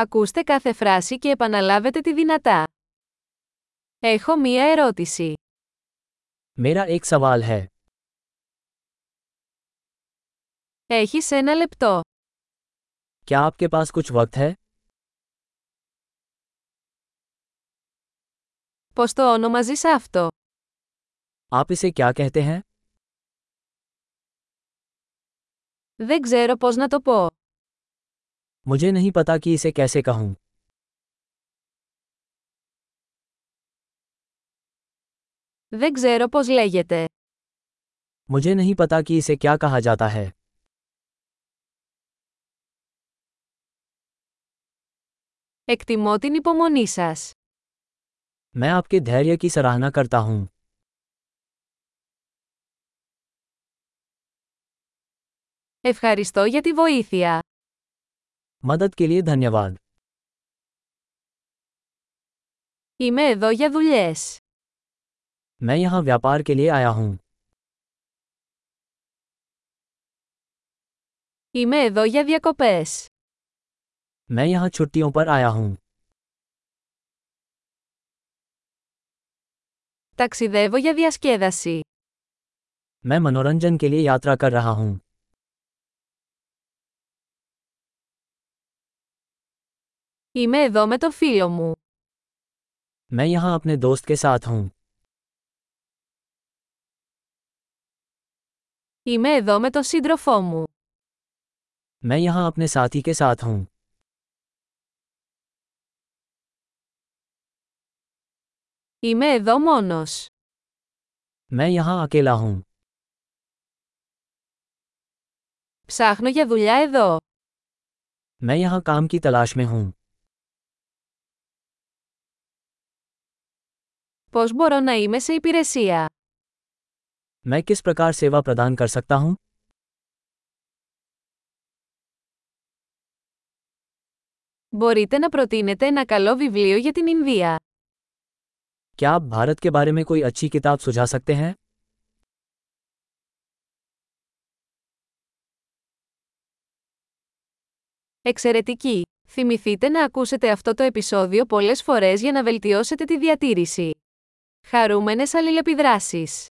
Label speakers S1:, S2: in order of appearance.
S1: Ακούστε κάθε φράση και επαναλάβετε τη δυνατά. Έχω μία ερώτηση.
S2: मेरा एक सवाल है
S1: Έχεις ένα λεπτό.
S2: क्या आपके पास कुछ वक्त है
S1: Πώς το ονομαζείς αυτό.
S2: आप इसे क्या कहते हैं
S1: Δεν ξέρω πώς να το πω.
S2: मुझे नहीं पता कि इसे कैसे कहूँ
S1: Δεν ξέρω πώς λέγεται.
S2: मुझे नहीं पता कि इसे क्या कहा जाता है
S1: Εκτιμώ την υπομονή σας.
S2: मैं आपके धैर्य की सराहना करता हूँ
S1: Ευχαριστώ για τη βοήθεια.
S2: मदद के लिए धन्यवाद
S1: Είμαι εδώ για δουλειές.
S2: मैं यहाँ व्यापार के लिए आया हूँ
S1: Είμαι εδώ για διακοπές.
S2: मैं यहाँ छुट्टियों पर आया हूँ
S1: Ταξιδεύω για διασκέδαση.
S2: मैं मनोरंजन के लिए यात्रा कर रहा हूँ
S1: Είμαι εδώ με το φίλο μου.
S2: मैं यहाँ अपने दोस्त के साथ हूँ
S1: Είμαι εδώ με τον σύντροφό μου.
S2: मैं यहाँ अपने साथी के साथ हूँ
S1: Είμαι εδώ μόνος.
S2: मैं यहाँ अकेला हूँ
S1: Ψάχνω για δουλειά εδώ.
S2: मैं यहाँ काम की तलाश में हूँ
S1: Πώς μπορώ να είμαι σε υπηρεσία.
S2: मैं किस प्रकार सेवा प्रदान कर सकता हूँ
S1: Μπορείτε να προτείνετε ένα καλό βιβλίο για την Ινδία.
S2: क्या आप भारत के बारे में कोई अच्छी किताब सुझा सकते हैं
S1: Εξαιρετική! Θυμηθείτε να ακούσετε αυτό το επεισόδιο πολλές φορές για να βελτιώσετε τη διατήρηση. Χαρούμενες αλληλεπιδράσεις!